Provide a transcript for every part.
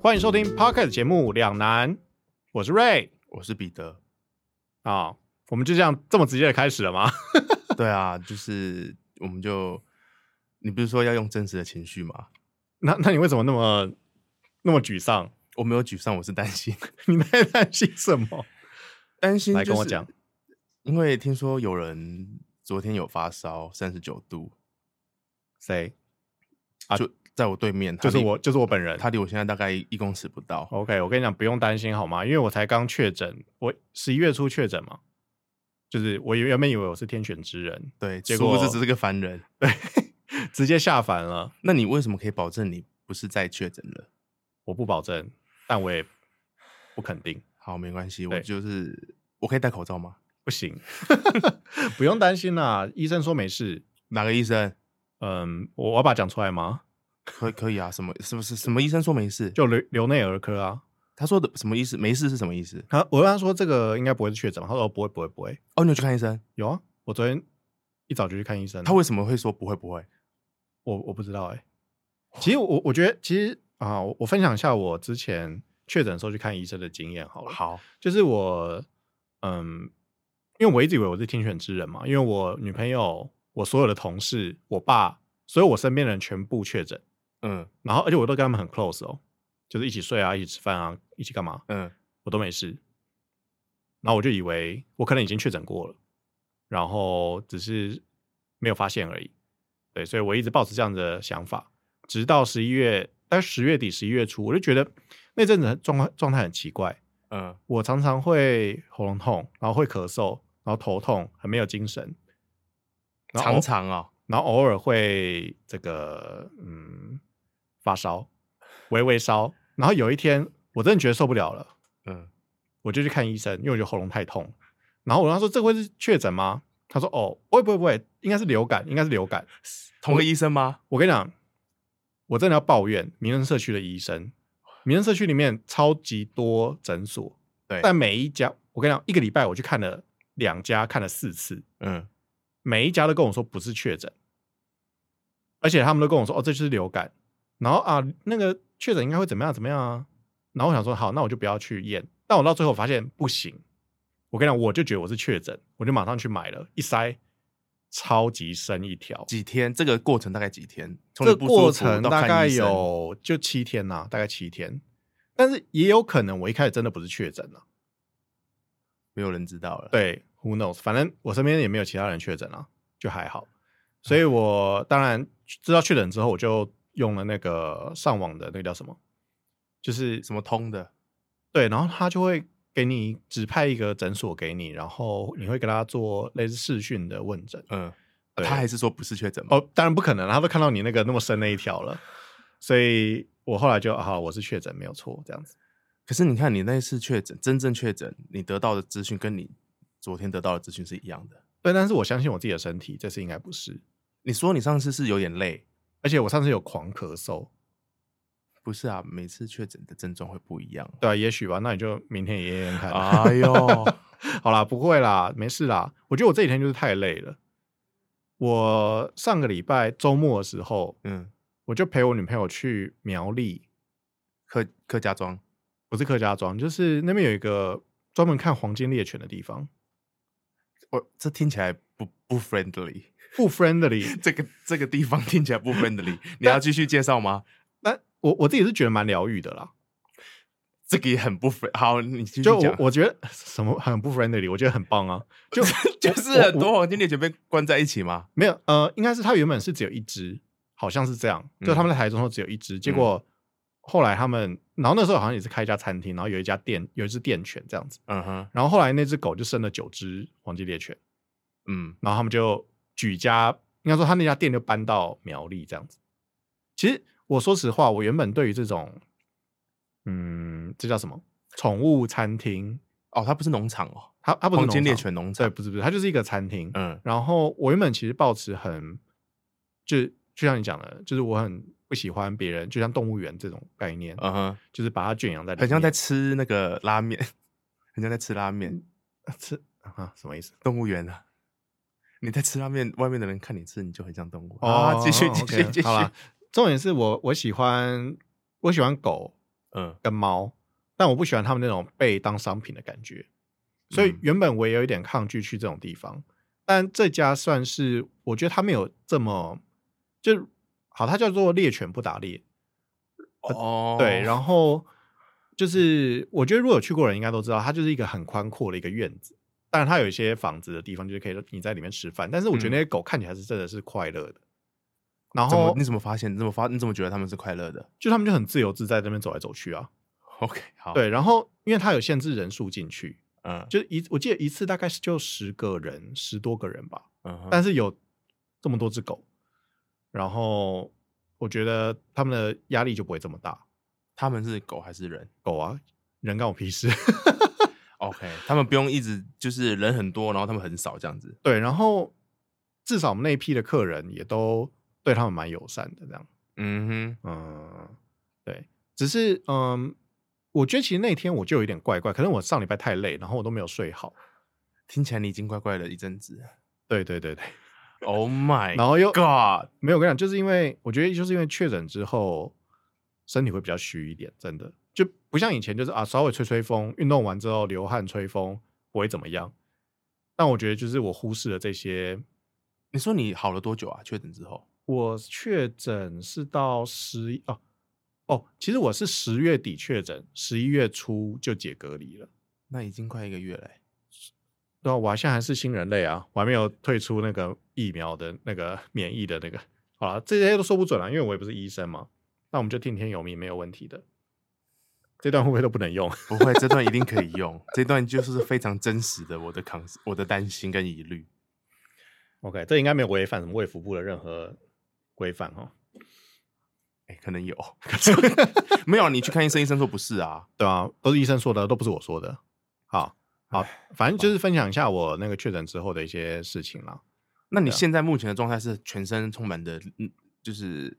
欢迎收听 Pocket 节目《两难》，我是 Ray 我是彼得。啊、我们就这样这么直接的开始了吗？ 对啊，就是我们就，你不是说要用真实的情绪吗？那那你为什么那么那么沮丧？ 我没有沮丧，我是担心，你在担心什么？担心、就来跟我是讲，因为听说有人昨天有发烧，三十九度，谁？啊就在我对面，他就是离我，，哦就是我本人。他离我现在大概一公尺不到。 OK，我跟你讲，不用担心好吗？因为我才刚确诊，我十一月初确诊嘛，就是我原本以为我是天选之人， 对，结结果果这只是个凡人。对，直接下凡了。那你为什么可以保证你不是再确诊了？我不保证，但我也不肯定， 好，没关系，对我就是我可以戴口罩吗？不行，不用担心啦。医生说没事。哪个医生？嗯，我我要把它讲出来吗？可可以啊？什么什么什什么医生说没事？就留留内儿科啊。他说的什么意思？没事是什么意思？他我跟他说这个应该不会是确诊嘛，他说哦不会不会不会。哦，你有去看医生？有啊，我昨天一早就去看医生了。他为什么会说不会不会？我我不知道哎、其实我我觉得其实啊，我我分享一下我之前确诊的时候去看医生的经验好了。好，就是我嗯，因为我一直以为我是天选之人嘛，因为我女朋友、我所有的同事、我爸，所有我身边的人全部确诊，嗯然后而且我都跟他们很 close 哦，就是一起睡啊，一起吃饭啊，一起干嘛。嗯，我都没事。然后我就以为我可能已经确诊过了，然后只是没有发现而已。对，所以我一直抱持这样的想法，直到十一月，但十月底、十一月初，我就觉得那阵子的状况状态很奇怪。嗯我常常会喉咙痛，然后会咳嗽，然后头痛，很没有精神。然后偶常，常啊、然后偶尔会这个嗯发烧，微微烧。然后有一天，我真的觉得受不了了，嗯，我就去看医生，因为我觉得喉咙太痛。然后我跟他说：“这会是确诊吗？”他说：“哦，不会不会不会，应该是流感，应该是流感。同个医生吗？”我跟你讲，我真的要抱怨民生社区的医生，民生社区里面超级多诊所，对，但每一家，我跟你讲，一个礼拜我去看了两家，看了四次，嗯，每一家都跟我说不是确诊，而且他们都跟我说：“哦，这就是流感。”然后啊，那个确诊应该会怎么样怎么样啊？然后我想说，好，那我就不要去验。但我到最后发现不行，我跟你讲，我就觉得我是确诊，我就马上去买了，一塞超级深一条。几天？这个过程大概几天？从这你不舒服过程到大看概医生，有就七天呐、大概七天。但是也有可能我一开始真的不是确诊啊了、没有人知道了。，对，Who knows？反正我身边也没有其他人确诊啊，就还好。所以嗯我当然知道确诊之后，我就用了那个上网的那个叫什么，就是什么通的？对，然后他就会给你指派一个诊所给你，然后你会给他做类似视讯的问诊。嗯，对他还是说不是确诊吗？哦，当然不可能，他都看到你那个那么深那一条了，所以我后来就啊好，我是确诊没有错，这样子。可是你看，你那次确诊，真正确诊，你得到的资讯跟你昨天得到的资讯是一样的。对，但是我相信我自己的身体，这次应该不是。你说你上次是有点累，而且我上次有狂咳嗽，不是啊？每次确诊的症状会不一样。对啊，也许吧，那你就明天也验验看。啊哎呦， 好啦，不会啦，没事啦。我觉得我这几天就是太累了。我上个礼拜周末的时候， 嗯，我就陪我女朋友去苗栗，客客家庄，不是客家庄，就是那边有一个专门看黄金猎犬的地方，我这听起来不不 friendly。 不 friendly。 这个这个地方听起来不 friendly，你要继续介绍吗？那我我自己是觉得蛮疗愈的啦，这个也很不 friend。好，你继续就讲。我我觉得什么很不 friendly，我觉得很棒啊。 就就是很多黄金猎犬被关在一起吗？没有，呃，应该是它原本是只有一只，好像是这样。就嗯他们在台中说只有一只，结果后来他们，然后那时候好像也是开一家餐厅，然后有一家店有一只店犬这样子，嗯哼，然后后来那只狗就生了九只黄金猎犬，嗯，然后他们就举家，应该说他那家店就搬到苗栗这样子。其实我说实话，我原本对于这种，嗯，这叫什么宠物餐厅，哦，它不是农场哦，它它不是黄金农猎场，犬农场对，。不是不是，它就是一个餐厅，嗯然后我原本其实抱持很，就就像你讲的，就是我很不喜欢别人，就像动物园这种概念，嗯哼，就是把它圈养在里面，很像在吃那个拉面，很像在吃拉面。嗯 吃啊什么意思？动物园啊，你在吃拉面，外面的人看你吃，你就很像动物哦，啊。继续 OK，继续继续好。啦重点是我我喜欢我喜欢狗，嗯跟猫，但我不喜欢他们那种被当商品的感觉，所以嗯原本我也有一点抗拒去这种地方。但这家算是我觉得他没有这么就好，它叫做猎犬不打猎，哦呃对，然后就是我觉得如果有去过的人应该都知道，它就是一个很宽阔的一个院子。当然，它有一些房子的地方，就是可以你在里面吃饭。但是我觉得那些狗看起来是真的是快乐的，然嗯怎么后你怎么发现？你怎么发？你怎么觉得他们是快乐的就他们就很自由自在在那边走来走去啊。 ？OK，好，，对，然后因为它有限制人数进去，嗯，就一我记得一次大概是就十个人，十多个人吧，嗯哼但是有这么多只狗，然后我觉得他们的压力就不会这么大。他们是狗还是人狗啊，人干我屁事。 ？OK，他们不用一直就是人很多，然后他们很少这样子。对，然后至少我们那一批的客人也都对他们蛮友善的，这样。嗯嗯，对，只是嗯，我觉得其实那天我就有点怪怪，可能我上礼拜太累，然后我都没有睡好。哼，听起来你已经怪怪的一阵子。对对对对， Oh my，然后又 God，没有我跟你讲，就是因为我觉得就是因为确诊之后，身体会比较虚一点，真的就不像以前就是啊，稍微吹吹风，运动完之后流汗吹风不会怎么样。但我觉得就是我忽视了这些。你说你好了多久啊？确诊之后，我确诊是到十一哦哦，其实我是十月底确诊，十一月初就解隔离了。那已经快一个月了欸。对啊，我还现在还是新人类啊，我还没有退出那个疫苗的那个 免疫的那个。好了，这些都说不准了，因为我也不是医生嘛。那我们就听天由命，没有问题的。这段会不会都不能用？不会，这段一定可以用。这段就是非常真实的我的抗，我的担心跟疑虑。 OK，这应该没有违反什么卫福部的任何规范哦。哎，可能有， 没有？你去看医生，医生说不是啊。对啊，都是医生说的，都不是我说的。好，好，反正就是分享一下我那个确诊之后的一些事情啦。那你对啊现在目前的状态是全身充满的，嗯，就是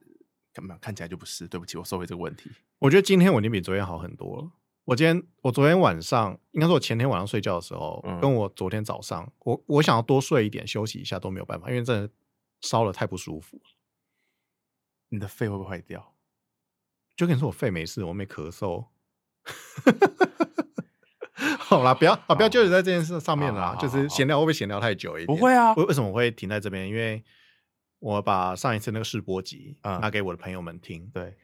干嘛？看起来就不是。对不起，我收回这个问题。我觉得今天我已经比昨天好很多了。我今天，我昨天晚上，应该说我前天晚上睡觉的时候，嗯跟我昨天早上，我我想要多睡一点，休息一下都没有办法，因为真的烧了太不舒服。你的肺会不会坏掉？就跟你说我肺没事，我没咳嗽。 好啦，不要啊，不要纠结在这件事上面好好啦好，就是闲聊会不会闲聊太久一点？不会啊为为什么我会停在这边？因为我把上一次那个试播集嗯拿给我的朋友们听，对，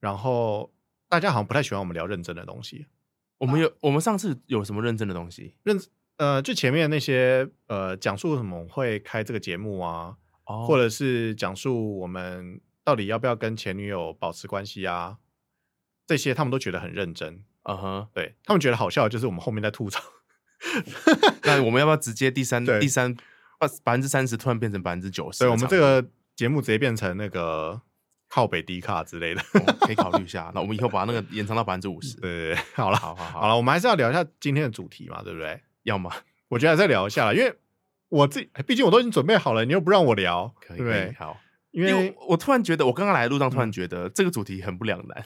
然后大家好像不太喜欢我们聊认真的东西。我们有，我们上次有什么认真的东西？认呃，就前面那些呃，讲述为什么我们会开这个节目啊，哦或者是讲述我们到底要不要跟前女友保持关系啊，这些他们都觉得很认真，嗯哼，对他们觉得好笑，就是我们后面在吐槽。 那我们要不要直接第三对第三百百分之三十突然变成百分之九十？所以我们这个节目直接变成那个靠北低卡之类的。 哦可以考虑一下。那我们以后把那个延长到百分之五十。对对对，好了好好好好了，我们还是要聊一下今天的主题嘛，对不对？要吗？我觉得还是要聊一下啦，因为我自己哎毕竟我都已经准备好了，你又不让我聊，可对以，不可以，对？好。因因为嗯为我我突然觉得，我刚刚来的路上突然觉得这个主题很不两难。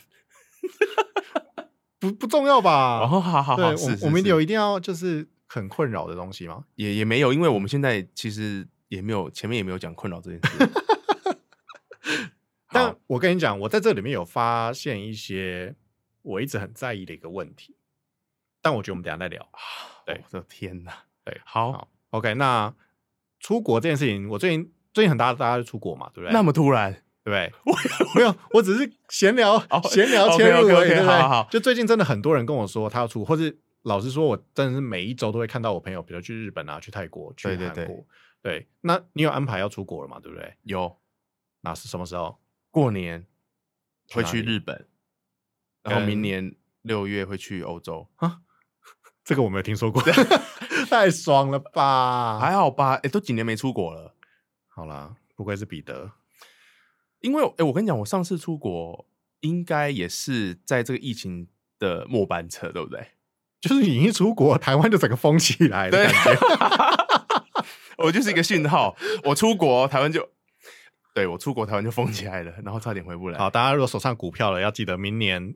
不不重要吧？然后，哦好好啊对，好，我是我们有有一定要就是很困扰的东西吗？也也没有，因为我们现在其实也没有前面也没有讲困扰这件事。 但好我跟你讲，我在这里面有发现一些我一直很在意的一个问题，但我觉得我们等一下再聊。对哦我的天哪！对好好，OK，那出国这件事情，我最近最近很大大家就出国嘛，对不对？那么突然，对不对？我没有，我只是闲聊哦闲聊切入而 OK，OK，OK，已，对不好好好对？就最近真的很多人跟我说他要出，或是老实说，我真的是每一周都会看到我朋友，比如去日本啊、去泰国、去对对韩对国。对，那你有安排要出国了嘛？对不对？有那是什么时候？过年去会哪去里日本，然后明跟年六月会去欧洲，这个我没有听说 过，太爽了吧！还好吧？哎，都几年没出国了。好啦，不愧是彼得，因为哎、诶我跟你讲，我上次出国应该也是在这个疫情的末班车，对不对？就是你一出国，台湾就整个疯起来的对感觉。 我就是一个讯号，我出国台湾就，对我出国台湾就封起来了，然后差点回不来。好，大家如果手上股票了，要记得明年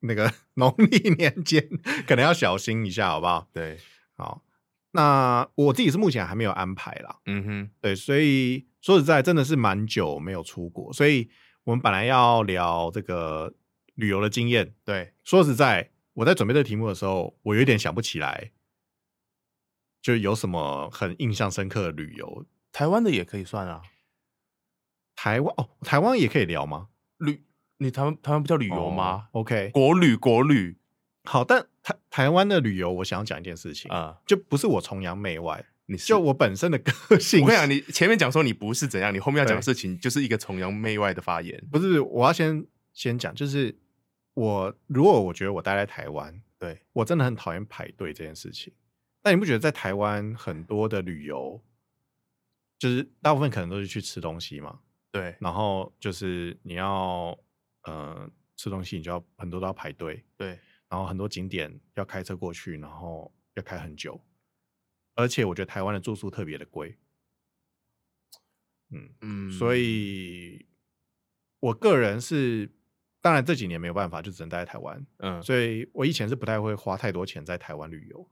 那个 农历年间可能要小心一下，好不好？对，好，那我自己是目前还没有安排啦，嗯哼，对，所以说实在真的是蛮久没有出国，所以我们本来要聊这个旅游的经验，对，说实在，我在准备这个题目的时候，我有一点想不起来，就有什么很印象深刻的旅游。台湾的也可以算啊。台湾哦，台湾也可以聊吗？旅，你台湾台湾不叫旅游吗？哦？OK，国旅国旅好，但台台湾的旅游，我想要讲一件事情，啊、就不是我崇洋媚外，你是就我本身的个性。我跟你 讲，你前面讲说你不是怎样，你后面要讲的对事情就是一个崇洋媚外的发言。不是，我要先先讲，就是我如果我觉得我待在台湾，对，我真的很讨厌排队这件事情。但你不觉得在台湾很多的旅游，就是大部分可能都是去吃东西嘛，对然后就是你要呃吃东西，你就要很多都要排队，对，然后很多景点要开车过去，然后要开很久，而且我觉得台湾的住宿特别的贵，嗯，嗯，所以我个人是，当然这几年没有办法，就只能待在台湾，嗯所以我以前是不太会花太多钱在台湾旅游，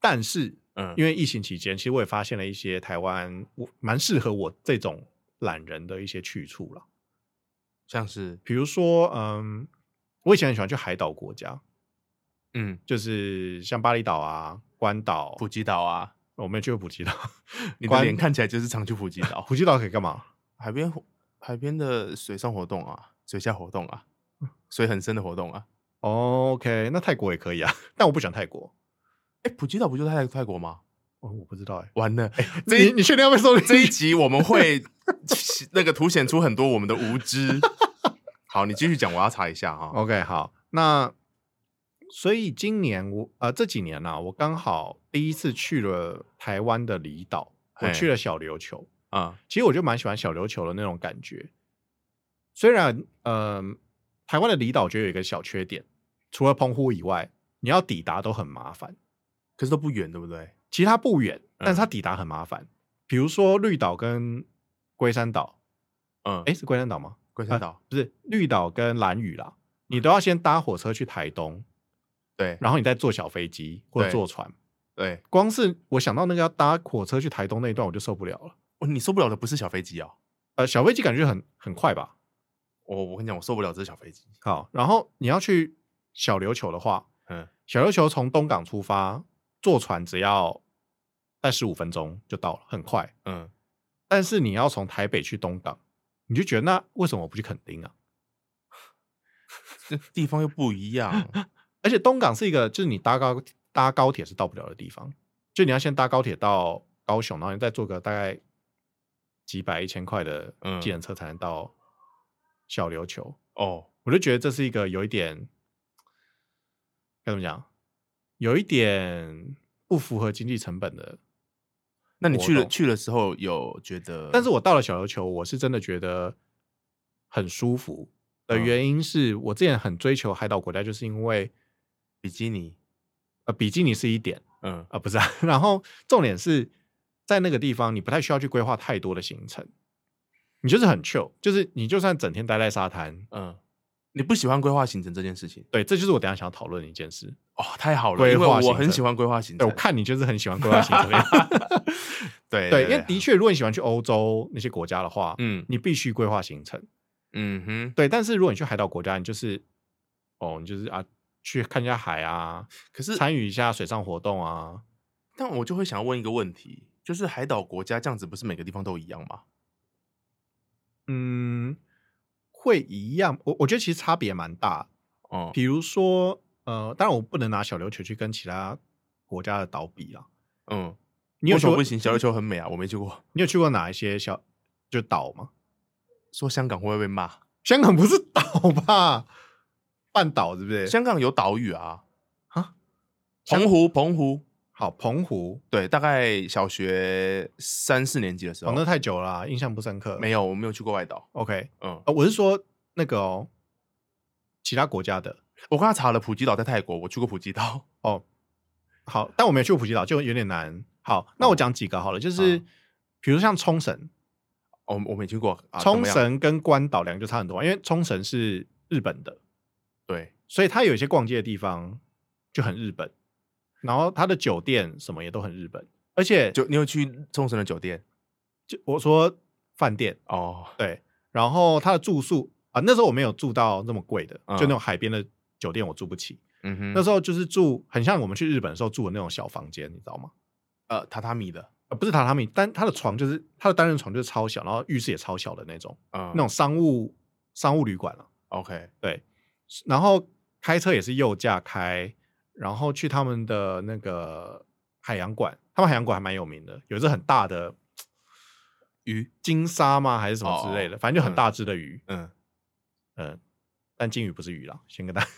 但是嗯，因为疫情期间，其实我也发现了一些台湾我蛮适合我这种懒人的一些去处了，像是比如说，嗯，我以前很喜欢去海岛国家，嗯就是像巴厘岛啊、关岛，普吉岛啊，我没有去过普吉岛， 你的关脸看起来就是常去普吉岛， 普吉岛可以干嘛？海边活海边的水上活动啊，水下活动 啊，水很深的活动啊。哦 OK，那泰国也可以啊，但我不喜欢泰国。哎，普吉岛不就在泰国吗？哦，我不知道哎、完了，这你一你确定要被收这一进去？集我们会 那个凸显出很多我们的无 知。好，你继续讲，我要查一下哈。 OK，好，那所以今年我呃这几年呢、我刚好第一次去了台湾的离岛，我嘿去了小琉球。啊，其实我就蛮喜欢小琉球的那种感觉，虽然嗯、台湾的离岛我觉得有一个小缺点，除了澎湖以外，你要抵达都很麻烦。可是都不远，对不对？其实它不远，但嗯是它抵达很麻烦。比如说绿岛跟龟山岛，嗯，哎、，是龟山岛吗？龟山岛，不是绿岛跟兰屿啦，嗯你都要先搭火车去台东，对然后你再坐小飞机或者对坐船。对。光是我想到那个要搭火车去台东那一段，我就受不了了。哦，你受不了的不是小飞机哦。呃，小飞机感觉很很快吧？我我跟你讲，我受不了这小飞机。好，然后你要去小琉球的话，嗯，小琉球从东港出发，坐船只要在十五分钟就到了，很快。嗯，但是你要从台北去东港，你就觉得那为什么我不去垦丁啊？这地方又不一 样。而且东港是一个，就是你搭高搭高铁是到不了的地方，就你要先搭高铁到高雄，然后你再坐个大概几百一千块的嗯计程车才能到小琉球。哦，我就觉得这是一个有一点该怎么讲，有一点不符合经济成本的。那你我去了懂去的时候有觉得？但是我到了小琉球，我是真的觉得很舒服的嗯原因是我之前很追求海岛国家，就是因为比基尼，呃比基尼是一点。嗯啊、不是、啊， 然后重点是在那个地方，你不太需要去规划太多的行程，你就是很 chill，就是你就算整天待在沙滩，嗯，你不喜欢规划行程这件事情对，这就是我等一下想要讨论的一件事。哦，太好了，规因为划我行很程喜欢规划行对，程我。看你就是很喜欢规划行程 的样子对啊对，因为的，确，如果你喜欢去欧洲那些国家的话，嗯你必须规划行程。嗯哼。对，但是如果你去海岛国家，你就是哦，你就是啊，去看一下海啊，可是，参与一下水上活动啊。但我就会想要问一个问题，就是海岛国家这样子，不是每个地方都一样吗？嗯，会一样，我我觉得其实差别蛮大的哦，比如说，呃，当然我不能拿小琉球去跟其他国家的岛比啦。嗯，你有去为什么过不行？小琉球很美啊，我没去过。你有去过哪一些小就岛吗？说香港会不会被骂？香港不是岛吧？半岛是不是？香港有岛屿啊，啊，澎湖，澎湖，好，澎湖，对，大概小学三四年级的时候，哦，那太久了啊、印象不深刻。没有，我没有去过外岛。 OK，嗯，呃，我是说那个哦，其他国家的我刚才查了普吉岛在泰国，我去过普吉岛。哦。好，但我没有去过普吉岛，就有点难。好，那我讲几个好了，就是哦嗯比如像冲绳，哦，我没去过。啊、怎冲么样，绳跟关岛两个就差很多嘛，因为冲绳是日本的，对，所以它有一些逛街的地方就很日本，然后它的酒店什么也都很日本，而且就就你有去冲绳的酒店我说饭店哦，对，然后它的住宿啊，那时候我没有住到那么贵的，嗯就那种海边的酒店我住不起。嗯哼，那时候就是住很像我们去日本的时候住的那种小房间，你知道吗？呃榻榻米的，呃，不是榻榻米，单它的床就是它的单人床就是超小，然后浴室也超小的那种，嗯，那种商务商务旅馆啊。 OK，然后开车也是右驾开，然后去他们的那个海洋馆，他们海洋馆还蛮有名的，有一只很大的鱼，金鲨吗？还是什么之类的，反正就很大只的鱼，哦嗯，嗯。但金鱼不是鱼啦，先 跟大家，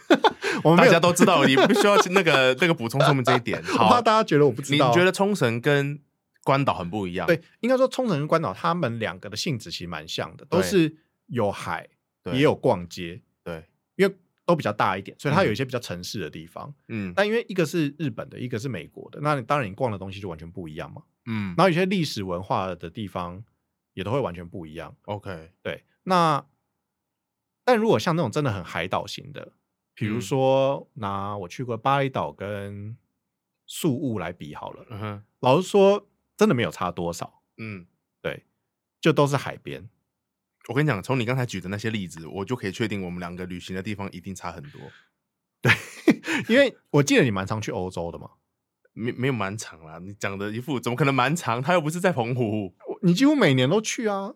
我们大没有家都知道，你不需要去那个那个补充说明这一点。 我怕好，大家觉得我不知你道。觉得冲绳跟关岛很不一样？对，应该说冲绳跟关岛他们两个的性质其实蛮像的，都对是有海，对也有逛街，对，因为都比较大一点，所以它嗯有一些比较城市的地方。嗯但因为一个是日本的，一个是美国的，那你当然你逛的东西就完全不一样嘛。嗯然后有些历史文化的地方也都会完全不一样。 ，OK，对，那但如果像那种真的很海岛型的，比如嗯说拿我去过巴厘岛跟宿务来比好了，嗯哼，老实说，真的没有差多少。嗯，对，就都是海边。我跟你讲，从你刚才举的那些例子，我就可以确定我们两个旅行的地方一定差很多，因为我记得你蛮常去欧洲的嘛，没没有蛮长啦。你讲的一副怎么可能蛮长？他又不是在澎湖，我你几乎每年都去啊，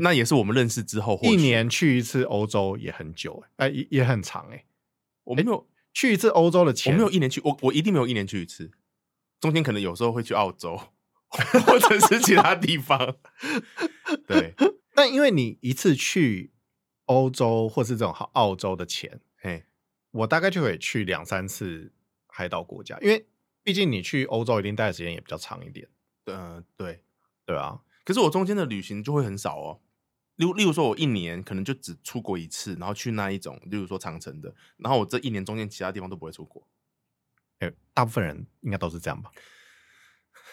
那也是我们认识之后，或一许年去一次欧洲也很久、欸，哎、也也很长哎、我没有去一次欧洲的我钱，没有一年去，我我一定没有一年去一次，中间可能有时候会去澳洲，或者是其他地方。 对，但因为你一次去欧洲或是这种好澳洲的钱，嘿，我大概就会去两三次海岛国家，因为毕竟你去欧洲一定待的时间也比较长一点，呃，对。对啊，可是我中间的旅行就会很少哦，例如例如说，我一年可能就只出国一次，然后去那一种，例如说长城的，然后我这一年中间其他地方都不会出国。哎、大部分人应该都是这样吧。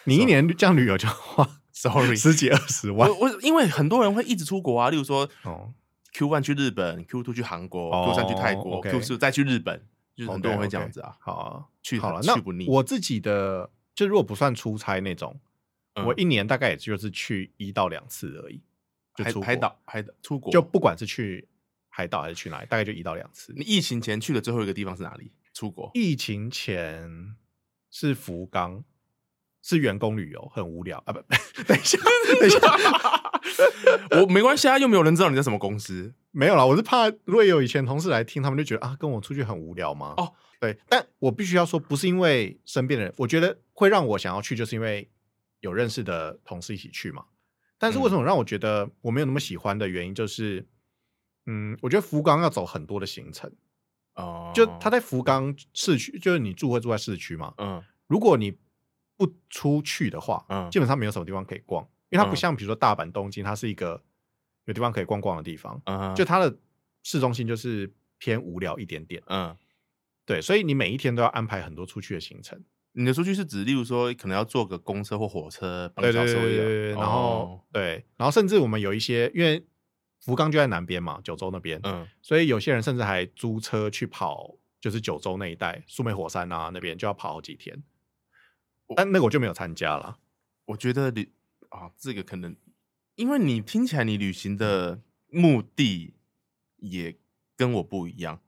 你一年这样旅游就花 Sorry，十几二十万我我因为很多人会一直出国啊，例如说哦， Q one 去日本，Q two 去韩国、哦 q 三去泰国、 OK q 四再去日本，就是很多人会 OK，OK 这样子啊。好啊，去好了，去那不腻。我自己的就如果不算出差那种，嗯我一年大概也就是去一到两次而已，就海出海国岛海岛出国就不管是去海岛还是去哪里，大概就一到两次你。疫情前去的最后一个地方是哪里？出国疫情前是福冈，是员工旅游，很无聊啊！不， 等一下， 等一下， 我没关系啊，又没有人知道你在什么公司。没有啦，我是怕如果有以前同事来听，他们就觉得啊，跟我出去很无聊吗？哦，对，但我必须要说，不是因为身边的人，我觉得会让我想要去，就是因为有认识的同事一起去嘛。但是为什么让我觉得我没有那么喜欢的原因，就是，嗯，我觉得福冈要走很多的行程，哦就他在福冈市区，就是你住会住在市区嘛，嗯如果你不出去的话，嗯基本上没有什么地方可以逛，因为它不嗯像比如说大阪、东京，它是一个有地方可以逛逛的地方，嗯就它的市中心就是偏无聊一点点。嗯，对，所以你每一天都要安排很多出去的行程。你的出去是指，例如说可能要坐个公车或火车半对个对小对时对对而已啊，对，然后哦对，然后甚至我们有一些，因为福冈就在南边嘛，九州那边，嗯所以有些人甚至还租车去跑，就是九州那一带，苏梅火山啊那边就要跑好几天。但那个我就没有参加了。我觉得旅啊，这个可能因为你听起来你旅嗯行的目的也跟我不一样，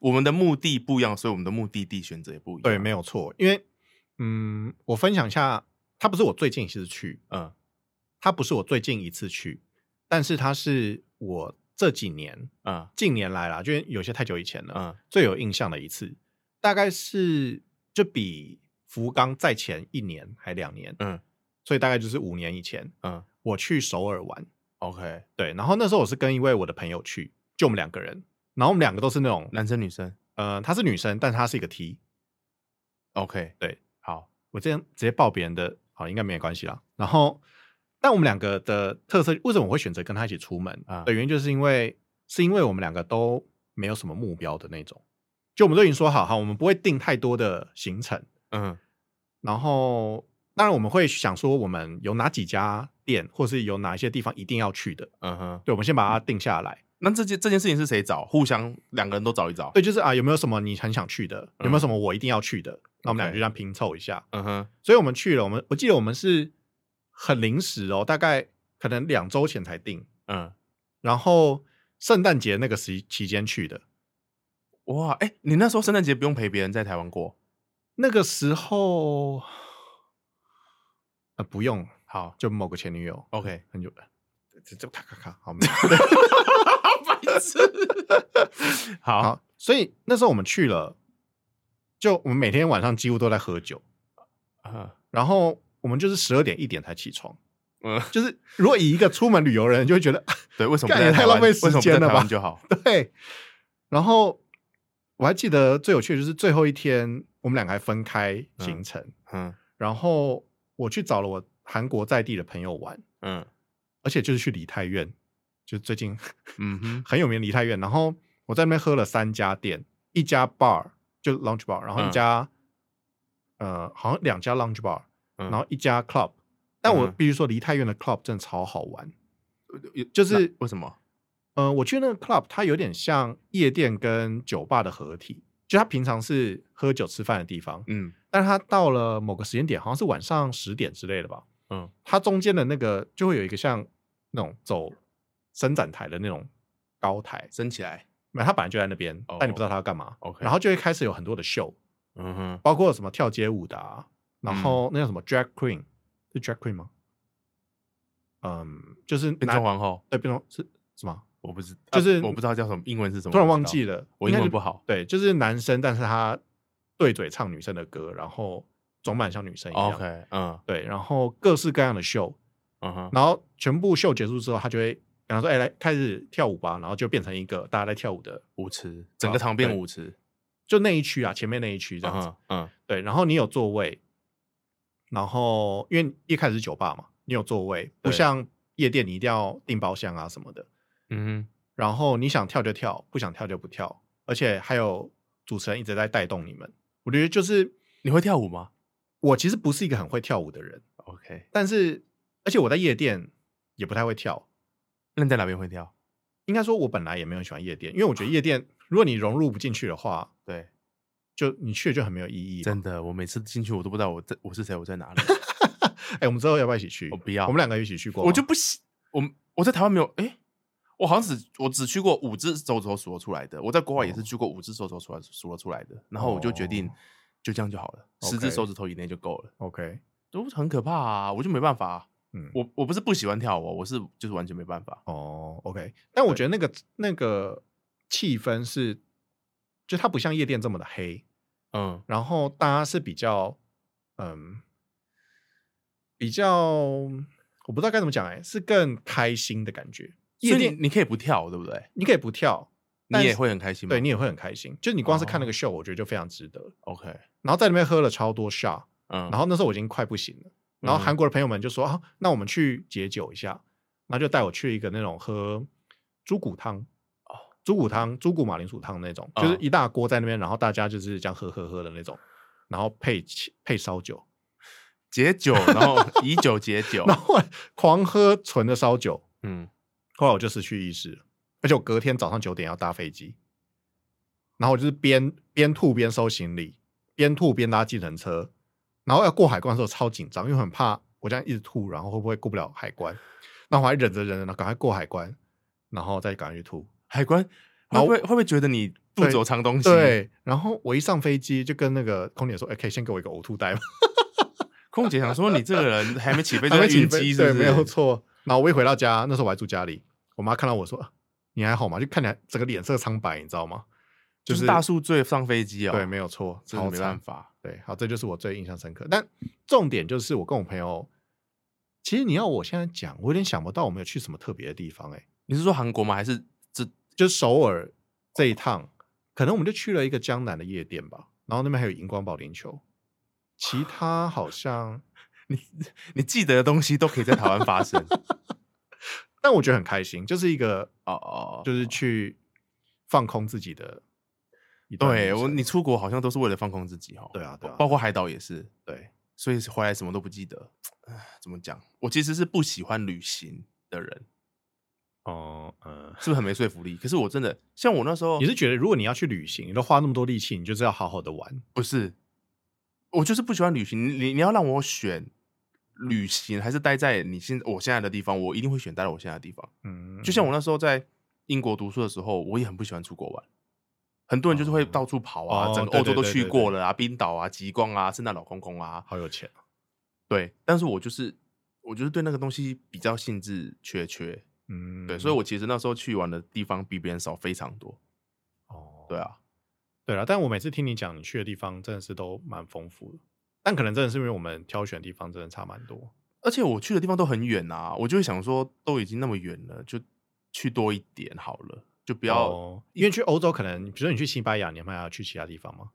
我们的目的不一样，所以我们的目的地选择也不一样。对，没有错，因为嗯，我分享一下，它不是我最近一次去，嗯它不是我最近一次去，但是它是我这几年嗯近年来啦，就因为有些太久以前了，嗯最有印象的一次，大概是就比福冈在前一年还两年，嗯所以大概就是五年以前，嗯我去首尔玩， ，OK，对，然后那时候我是跟一位我的朋友去，就我们两个人，然后我们两个都是那种，男生女生呃，她是女生，但她是一个 T， ，OK，对，好，我之前直接报别人的，好，应该没有关系啦。然后，但我们两个的特色，为什么我会选择跟他一起出门啊的原因，就是因为是因为我们两个都没有什么目标的那种，就我们都已经说好，好，我们不会定太多的行程，嗯。然后当然我们会想说，我们有哪几家店，或是有哪一些地方一定要去的，嗯哼，对，我们先把它定下来。那这件这件事情是谁找？互相两个人都找一找。，对，就是啊，有没有什么你很想去的，有没有嗯什么我一定要去的，那我们两个 OK 就这样拼凑一下。嗯哼，所以我们去了，我们我记得我们是很临时哦，大概可能两周前才定，嗯然后圣诞节那个时期间去的。哇，哎、你那时候圣诞节不用陪别人在台湾过？那个时候，呃，不用，好就某个前女友， ，OK， 很久，这这咔咔咔，好，白 痴， 好，好，所以那时候我们去了，就我们每天晚上几乎都在喝酒，啊然后我们就是十二点一点才起床。 嗯，就是如果以一个出门旅游的人，就会觉得 对，为什么干不也在台太湾浪费时为什么不间在了台湾吧就好，对。然后我还记得最有趣的就是最后一天，我们两个还分开行程，嗯然后我去找了我韩国在地的朋友玩，嗯而且就是去梨泰院，就是最近嗯哼，很有名的梨泰院。然后我在那边喝了三家店，一家 bar 就 lounge bar，然后一嗯家、呃好像两家 lounge bar，嗯然后一家 club。但我嗯哼必须说，梨泰院的 club 真的超好玩。就就是为什么？呃，我去那个 club，它有点像夜店跟酒吧的合体，就它平常是喝酒吃饭的地方，嗯但是它到了某个时间点，好像是晚上十点之类的吧，嗯它中间的那个就会有一个像那种走伸展台的那种高台，升起来那它本来就在那边，哦但你不知道它要干嘛。 ，OK，然后就会开始有很多的秀，嗯哼，包括什么跳街舞的、啊，然嗯后那叫什么 drag queen，是 drag queen 吗？嗯，就是变拿装皇后，对变装是什么？我不知，就是啊我不知道叫什么英文是什么，突然我忘不知记道，了，我应英该文就不好。对，就是男生，但是他对嘴唱女生的歌，然后装扮像女生一样。 OK，嗯对，然后各式各样的秀，嗯哼，然后全部秀结束之后，他就会然后说：“哎、来开始跳舞吧。”然后就变成一个大家在跳舞啊的，舞池，整个场变舞池，就那一区啊，前面那一区这嗯样子。哼嗯对，然后你有座位，然后因为一开始是酒吧嘛，你有座位，不对像夜店你一定要订包厢啊什么的。嗯然后你想跳就跳，不想跳就不跳，而且还有主持人一直在带动你们。我觉得就是哼，你会跳舞吗我其实不是一个很会跳舞的人， ？OK，但是而且我在夜店也不太会跳，那你在哪边会跳？应该说我本来也没有很喜欢夜店，因为我觉得夜店如果你融入不进去的话，对，就你去了就很没有意义。真的，我每次进去我都不知道我在我是谁，我在 哪里，哎、我们之后要不要一起去？我不要我们两个一起去过吗。我就不喜，我我在台湾没有，诶，我好像只我只去过五只手指头数得出来的，我在国外也是哦去过五只手指头数得数得出来的，然后我就决定哦就这样就好了，十只 OK 手指头以内就够了， OK，都很可怕啊，我就没办法啊，嗯，我我不是不喜欢跳舞，我是就是完全没办法，哦，OK，但我觉得那个那个气氛是，就它不像夜店这么的黑，嗯然后大家是比较，嗯，比较，我不知道该怎么讲，哎，是更开心的感觉。所夜以你店你可以不跳，对不对？你可以不跳，你但也是会很开心吗？对你也会很开心。就你光是看那哦个秀，我觉得就非常值得。 OK，然后在那边喝了超多 shot，嗯，然后那时候我已经快不行了。然后嗯韩国的朋友们就说、啊，那我们去解酒一下，然后就带我去一个那种喝猪骨汤。哦猪骨汤、猪骨马铃薯汤那种，就是嗯一大锅在那边，然后大家就是这样喝喝喝的那种，然后配起配烧酒，解酒，然 后以酒解酒，然后狂喝纯的烧酒，嗯，后来我就失去意识了，而且我隔天早上九点要搭飞机，然后我就是边边吐边收行李，边吐边搭计程车，然后要过海关的时候超紧张，因为很怕我这样一直吐，然后会不会过不了海关？那我还忍着忍着，然后赶快过海关，然后再赶快去吐。海关会然后不会会不会觉得你肚子对有藏东西？，对，然后我一上飞机就跟那个空姐说：“哎、可以先给我一个呕吐袋 吗？”空姐想说你这个人还没起飞就 还在没起晕飞机，是对，不没有是？错。然后我一回到家，那时候我还住家里，我妈看到我说啊：“你还好吗？”就看起来整个脸色苍白，你知道吗？就就是大宿醉上飞机哦，对，没有错，真的超没办惨。法。对，好，这就是我最印象深刻。但重点就是我跟我朋友，其实你要我现在讲，我有点想不到我们有去什么特别的地方、欸。哎，你是说韩国吗？还是这就首尔这一趟，可能我们就去了一个江南的夜店吧，然后那边还有荧光保龄球。其他好像，你你记得的东西都可以在台湾 发生？但我觉得很开心，就是一个哦哦，就是去放空自己的一段旅对程。我你出国好像都是为了放空自己哦。对啊对啊包括海岛也是，对，所以回来什么都不记得。唉怎么讲？我其实是不喜欢旅行的人，哦，呃，是不是很没说服力？可是我真的像我那时候你是觉得如果你要去旅行，你都花那么多力气，你就是要好好的玩。不是，我就是不喜欢旅行。你你要让我选旅行还是待在你现我现在的地方，我一定会选待在我现在的地方。嗯，就像我那时候在英国读书的时候，我也很不喜欢出国玩。很多人就是会哦到处跑啊，哦整个对欧洲对都对去对过对了啊，冰岛啊、极光啊、圣诞老公公啊，好有钱啊，对。但是我就是我就是对那个东西比较兴致缺缺，嗯，对，所以我其实那时候去玩的地方比别人少非常多，哦，对啊，对了，但我每次听你讲你去的地方，真的是都蛮丰富的，但可能真的是因为我们挑选的地方真的差蛮多。而且我去的地方都很远啊，我就会想说，都已经那么远了，就去多一点好了，就不要，哦因为去欧洲可能，比如说你去西班牙，你们还要去其他地方吗？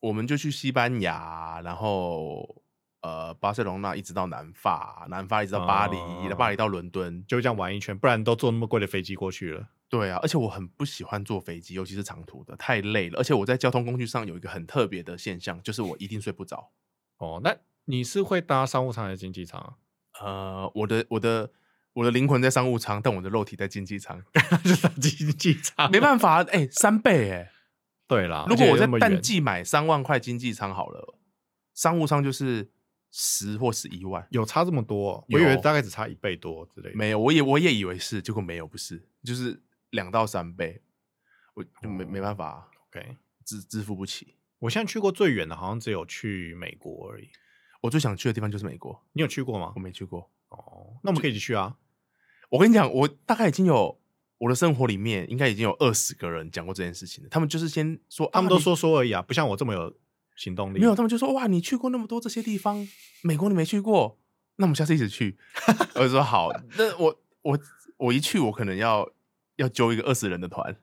我们就去西班牙，然后呃，巴塞隆纳一直到南法，南法一直到巴黎，哦巴黎到伦敦，就这样玩一圈，不然都坐那么贵的飞机过去了。对啊，而且我很不喜欢坐飞机，尤其是长途的，太累了，而且我在交通工具上有一个很特别的现象，就是我一定睡不着。哦，那你是会搭商务舱还是经济舱啊？ 呃，我的我的我的灵魂在商务舱，但我的肉体在经济舱，就搭经济舱没办法，哎、三倍哎、对啦。如果我在淡淡，季买三万块经济舱好了，商务舱就是十或十一万，有差这么多哦，有我以为大概只差一倍多之类的。没有，我也我也以为是，结果没有，不是，就是两到三倍，我就没、哦没办法啊， OK，支支付不起。我现在去过最远的，好像只有去美国而已。我最想去的地方就是美国，你有去过吗我？没去过。哦，那我们可以一起去啊。我跟你讲，我大概已经有我的生活里面应该已经有二十个人讲过这件事情了，他们就是先说，啊他们都你说说而已啊，不像我这么有行动力。没有，他们就说哇，你去过那么多这些地方，美国你没去过，那我们下次一 起去。我就说好，那我我我一去，我可能要要揪一个二十人的团，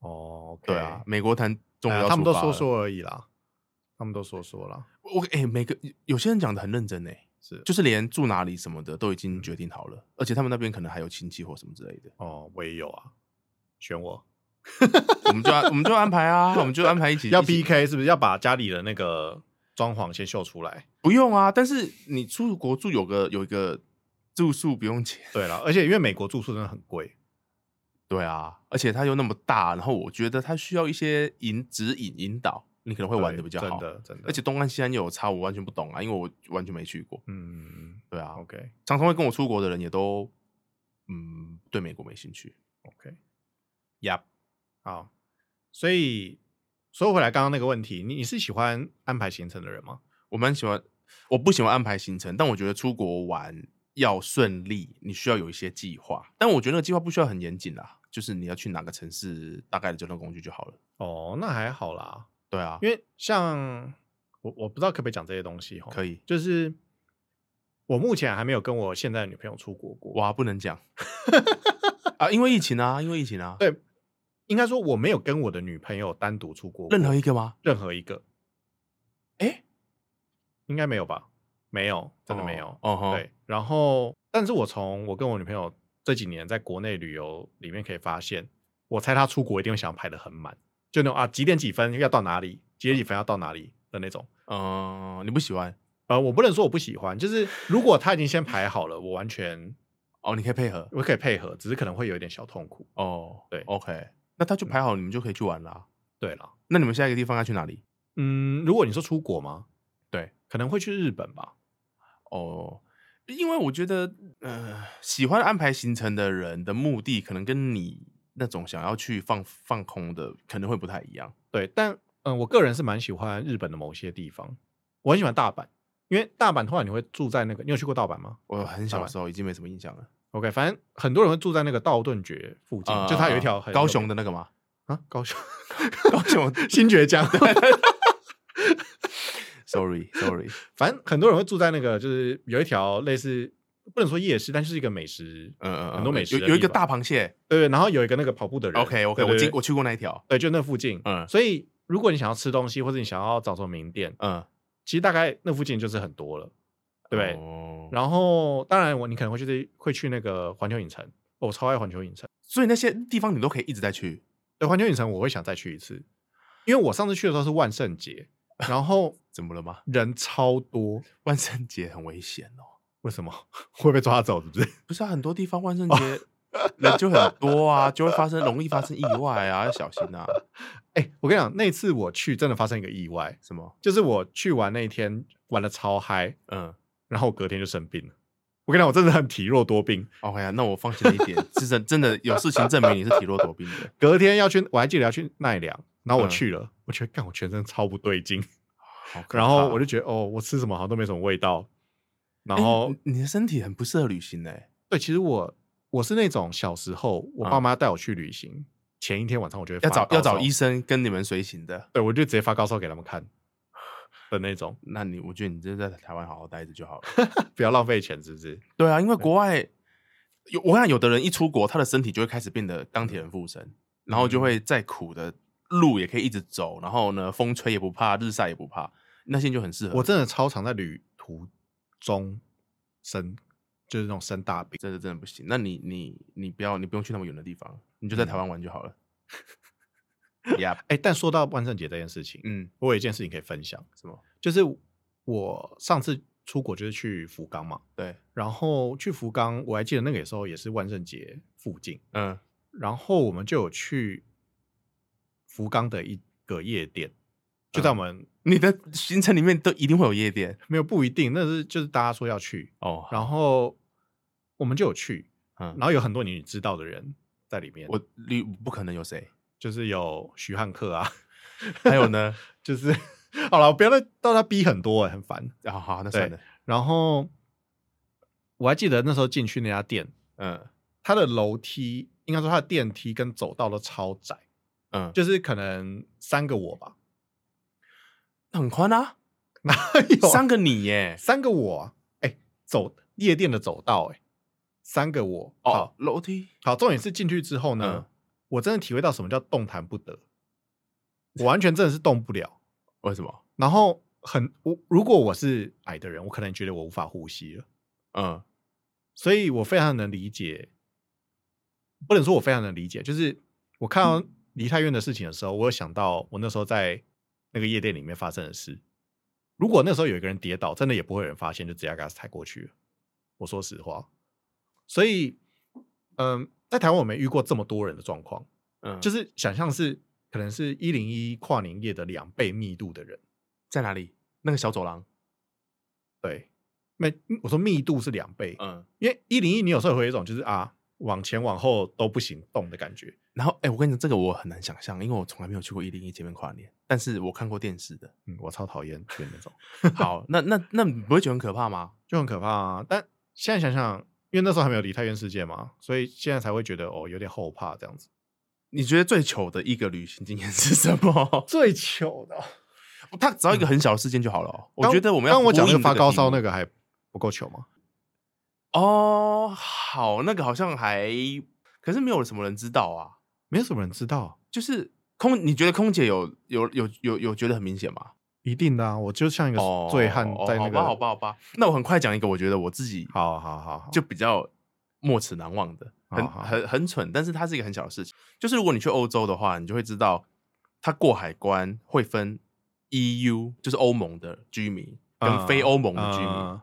哦，OK，对啊，美国团终于哎要、呀他们都说，说而已啦，他们都说说啦，我哎、每个有些人讲的很认真哎、是，就是连住哪里什么的都已经决定好了，而且他们那边可能还有亲戚或什么之类的哦，我也有啊，选我我们就要我们就安排啊，我们就安排一 起要一起 PK 是不是要把家里的那个装潢先秀出来？不用啊，但是你出国住有个有一个住宿不用钱。对了，而且因为美国住宿真的很贵，对啊，而且它又那么大，然后我觉得它需要一些引指引引导，你可能会玩的对比较好。真的真的，而且东岸西岸又有差，我完全不懂啊，因为我完全没去过。嗯对啊， ，OK 常常会跟我出国的人也都，嗯，对美国没兴趣。 OK，呀，好，所以说回来刚刚那个问题，你你是喜欢安排行程的人吗？我蛮喜欢，我不喜欢安排行程，但我觉得出国玩要顺利，你需要有一些计划。但我觉得那个计划不需要很严谨啦，就是你要去哪个城市，大概的交通工具就好了。哦，那还好啦，对啊，因为像我我不知道可不可以讲这些东西哈，可以就是我目前还没有跟我现在的女朋友出国过。哇，不 能讲啊，因为疫情啊，因为疫情啊，对，应该说我没有跟我的女朋友单独出国过，任何一个吗？任何一个哎、应该没有吧？没有，真的没有。哦吼，对，然后但是我从我跟我女朋友这几年在国内旅游里面可以发现，我猜她出国一定会想要排的很满，就那种啊几点几分要到哪里，几点几分要到哪里的那种。嗯、你不喜欢呃，我不能说我不喜欢，就是如果她已经先排好了，我完全哦，你可以配合我可以配合，只是可能会有一点小痛苦。哦，对，OK，那他就排好，你们就可以去玩啦。对了，那你们下一个地方要去哪里？嗯，如果你说出国吗？对，可能会去日本吧。哦，因为我觉得，呃，喜欢安排行程的人的目的，可能跟你那种想要去放放空的，可能会不太一样。对，但嗯，我个人是蛮喜欢日本的某些地方，我很喜欢大阪，因为大阪的话，你会住在那个，你有去过大阪吗我很小当的然时候已经没什么印象了。 ？OK，反正很多人会住在那个道顿崛附近，啊就它有一条很高有雄名的那个吗？啊，高雄高雄 新崛 江，，sorry sorry，反正很多人会住在那个，就是有一条类似不能说夜市，但是一个美食，嗯嗯，嗯很多美食有的有一个地大方螃蟹。对，然后有一个那个跑步的人 OK OK，对我对经对我去过那一条。对，就那附近，嗯所以如果你想要吃东西，或者你想要找什么名店，嗯，其实大概那附近就是很多了，对不对？哦然后当然我你可能会去这会去那个环球影城，哦我超爱环球影城。所以那些地方你都可以一直在去。对环球影城，我会想再去一次，因为我上次去的时候是万圣 节，然后怎么了吗？人超多，万圣节很危险哦。为什么 会被抓走？是 不是？不是啊，很多地方万圣节人就很多啊，就会发生容易发生意外啊，要小心啊。哎、我跟你讲，那次我去真的发生一个意外，什么？就是我去玩那一天玩的超嗨，嗯，然后我隔天就生病了。我跟你讲，我真的很体弱多病。 OK 啊，那我放心了一点，是真真的有事情证明你是体弱多病的。隔天要去，我还记得要去奈良，然后我嗯去了，我觉得干我全身超不对劲，好可然后我怕就觉得哦，我吃什么好像都没什么味道。然哎后、你你的身体很不适合旅行哎，对，其实我我是那种小时候我爸嗯妈带我去旅行，前一天晚上我就会要发找高要找烧医，生跟你们随行的。对我就直接发高烧给他们 看的那种，那你我觉得你就在台湾好好待着就好了。不要浪费钱，是不是？对啊，因为国外有我看有的人一出国，他的身体就会开始变得钢嗯铁人附身，然后就会再苦的路也可以一直走，然后呢，风吹也不怕，日晒也不怕，那些就很适合。我真的超常在旅途中生，就是那种生大病。真的真的不行，那你你你不要你不用去那么远的地方，你就在嗯台湾玩就好 了。呀、哎、但说到万圣节这件事情，嗯，我有一件事情可以分享，什么？就是我上次出国就是去福冈嘛，对，然后去福冈，我还记得那个时候也是万圣节附近，嗯然后我们就有去福冈的一个夜店，就嗯在我们、你的行程里面都一定会有夜店没有不一定，那是就是大家说要去，哦。然后我们就有去，嗯然，后有很多你知道的人在里面，我你不可能有谁，就是有徐汉克啊，还有呢？ 就是好了，不要再到他逼很多、欸，很烦。啊，好，那算对了。然后我还记得那时候进去那家店，嗯它的楼梯应该说它的电梯跟走道都超窄，嗯，就是可能三个我吧， 很宽啊，哪有啊三个你耶。三个我啊？哎、走夜店的走道、哎，三个我。哦好，，楼梯好，重点是进去之后呢，嗯我真的体会到什么叫动弹不得，我完全真的是动不了。为什么？然后很，我如果我是矮的人，我可能觉得我无法呼吸了。嗯所以我非常能理解，不能说我非常能理解，就是我看到梨泰院的事情的时候，我有想到我那时候在那个夜店里面发生的事。如果那时候有一个人跌倒，真的也不会有人发现，就直接给他踩过去了。我说实话，所以，嗯，在台湾我没遇过这么多人的状况，嗯，就是是想象是可能是一零一跨年夜的两倍密度的人，在哪里？那个小走廊。对，没我说密度是两倍，嗯，因为一零一，你有时候会有一种就是啊，往前往后都不行动的感觉。然后哎、我跟你讲，这个我很难想象，因为我从来没有去过一零一见面跨年，但是我看过电视的。嗯，我超讨厌去那 种，好，那那那你不会觉得很可怕吗？就很可怕啊。但现在想想，因为那时候还没有离太原世界嘛，所以现在才会觉得哦，有点后怕这样子。？你觉得最糗的一个旅行经验是什么 最糗的，哦它只要一个很小的事件就好了哦、我觉得我们要刚刚我讲那呼个应发高烧题那目个还不够糗吗？哦，好，那个好像还，可是没有什么人知道啊。没有什么人知道，就是空，你觉得空姐有有有有有觉得很明显吗？一定的啊。我就像一个哦，醉汉在那个，哦好吧，好吧，好吧。那我很快讲一个，我觉得我自己好好好好就比较莫齿难忘的，很啊好好很很蠢，但是它是一个很小的事情。就是如果你去欧洲的话，你就会知道，它过海关会分 EU，就是欧盟的居民跟非欧盟的居民。嗯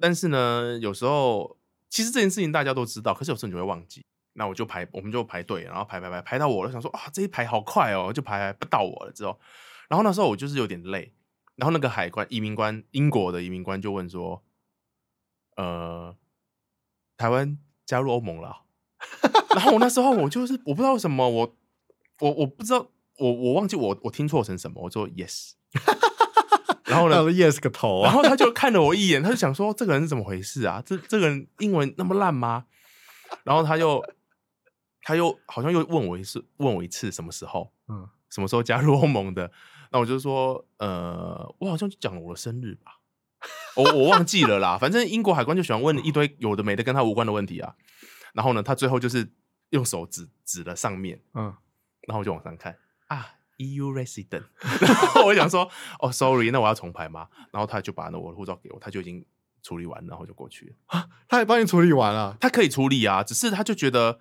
但是呢，有时候其实这件事情大家都知道，可是有时候你就会忘记。那我就排，我们就排队，然后排排排排到我了，想说啊，这一排好快哦，就排排到我了之后，然后那时候我就是有点累，然后那个海关移民官，英国的移民官就问说，呃，台湾加入欧盟了啊、 然后我那时候我就是我不知道为什么，我我我不知道，我我忘记我我听错成什么，我说 yes，然后呢那，我说 yes 个头然啊！后他就看了我一眼，他就想说：“这个人是怎么回事啊？这这个人英文那么烂吗？”然后他又他又好像又问我一次，问我一次什么时候，嗯，什么时候加入欧盟的？那我就说：“呃，我好像就讲了我的生日吧，我我忘记了啦。反正英国海关就喜欢问一堆有的没的跟他无关的问题啊。然后呢，他最后就是用手指指了上面，嗯，然后我就往上看啊，EU，E resident，然后 我就想说，哦，sorry，那我要重排吗？然后他就把那我的护照给我，他就已经处理完，然后就过去了。他也帮你处理完了，他可以处理啊，只是他就觉得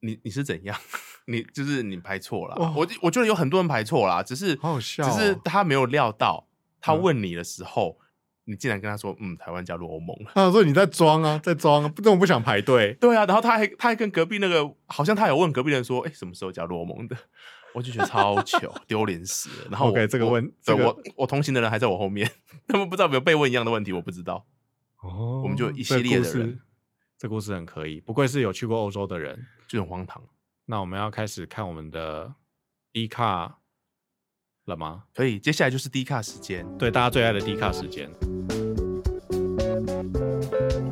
你你是怎样， 你就是你排错了。啊哇我我觉得有很多人排错啦，只是好好笑哦只是他没有料到，他嗯问你的时候，你竟然跟他说，嗯，台湾加入欧盟了。 他想说你在装啊，在装啊，不这么不想排队。对啊，然后他还他还跟隔壁那个，好像他有问隔壁人说，哎、什么时候加罗蒙的？我就觉得超糗，丢脸死了。然后我 OK，这个我问对这个我我同行的人还在我后面，他们不知道有没有被问一样的问题，我不知道。哦我们就有一这个系列故的人事，这故事很可以，不愧是有去过欧洲的人。就很荒唐。那我们要开始看我们的 D 卡了吗？可以，接下来就是低卡时间。对，大家最爱的 D 卡时间。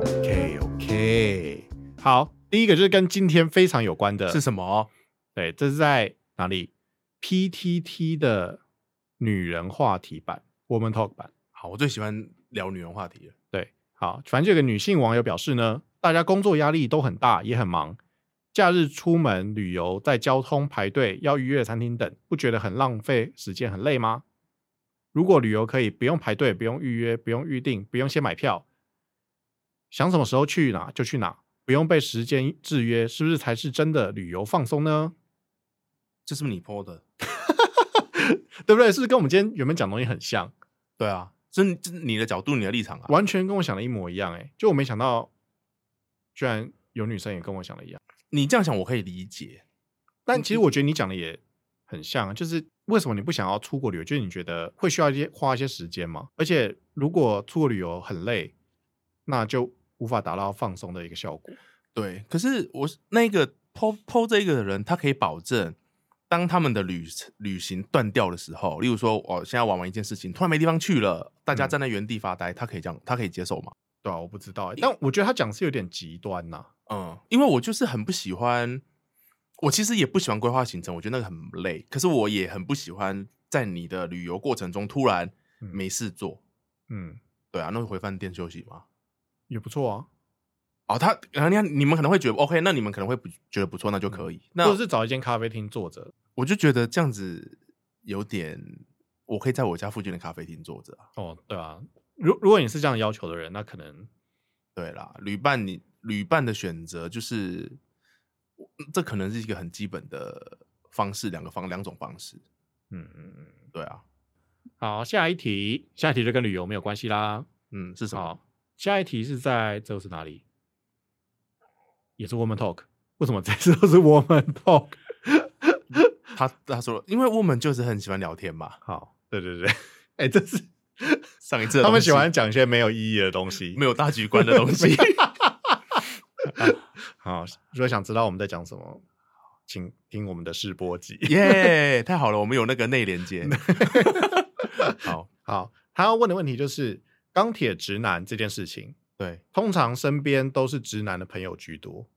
OK OK，好，第一个就是跟今天非常有关的是什么？哦对，这是在哪里？PTT 的女人话题版 （Woman Talk 版）。好，我最喜欢聊女人话题了。对，好，反正这个女性网友表示呢，大家工作压力都很大，也很忙，假日出门旅游，在交通排队、要预约餐厅等，不觉得很浪费时间、很累吗？如果旅游可以不用排队、不用预约、不用预定、不用先买票，想什么时候去哪就去哪，不用被时间制约，是不是才是真的旅游放松呢？这是不是你 PO 的？对不对？是不是跟我们今天原本讲的东西很像？对啊，这是这是你的角度，你的立场啊。完全跟我想的一模一样、欸。哎，就我没想到，居然有女生也跟我想的一样。你这样想我可以理解，但其实我觉得你讲的也很像啊，就是为什么你不想要出国旅游？就是你觉得会需要一些花一些时间嘛？而且如果出国旅游很累，那就无法达到放松的一个效果。对。可是我那个 PO PO 这个的人，他可以保证，当他们的旅旅行断掉的时候，例如说，哦，现在玩完一件事情，突然没地方去了，大家嗯站在原地发呆，他可以这样，他可以接受吗？对啊，我不知道、欸，但我觉得他讲是有点极端呐、嗯，因为我就是很不喜欢，我其实也不喜欢规划行程，我觉得那个很累。可是我也很不喜欢在你的旅游过程中突然嗯没事做。嗯，对啊，那会回饭店休息吗？也不错啊。哦，他，然后你看，你们可能会觉得 OK，那你们可能会不觉得不错，那就可以。那嗯或者是找一间咖啡厅坐着，我就觉得这样子有点，我可以在我家附近的咖啡厅坐着啊。哦，对啊。如如果你是这样要求的人，那可能对啦，旅伴你旅伴的选择就是，这可能是一个很基本的方式，两个方两种方式。嗯嗯嗯。对啊，好，下一题，下一题就跟旅游没有关系啦。嗯，是什么？好，下一题是在这是哪里？也是 Woman Talk，为什么这次都是 Woman Talk？他他说，因为我们就是很喜欢聊天嘛， 好，对对对，哎、这 是上一次的他们东西喜欢讲一些没有意义的东西，没有大局观的东西。好，如果想知道我们在讲什么，请听我们的试播集。 耶太好了，我们有那个内连接。好，好，他要问的问题就是钢铁直男这件事情，对，通常身边都是直男的朋友居多。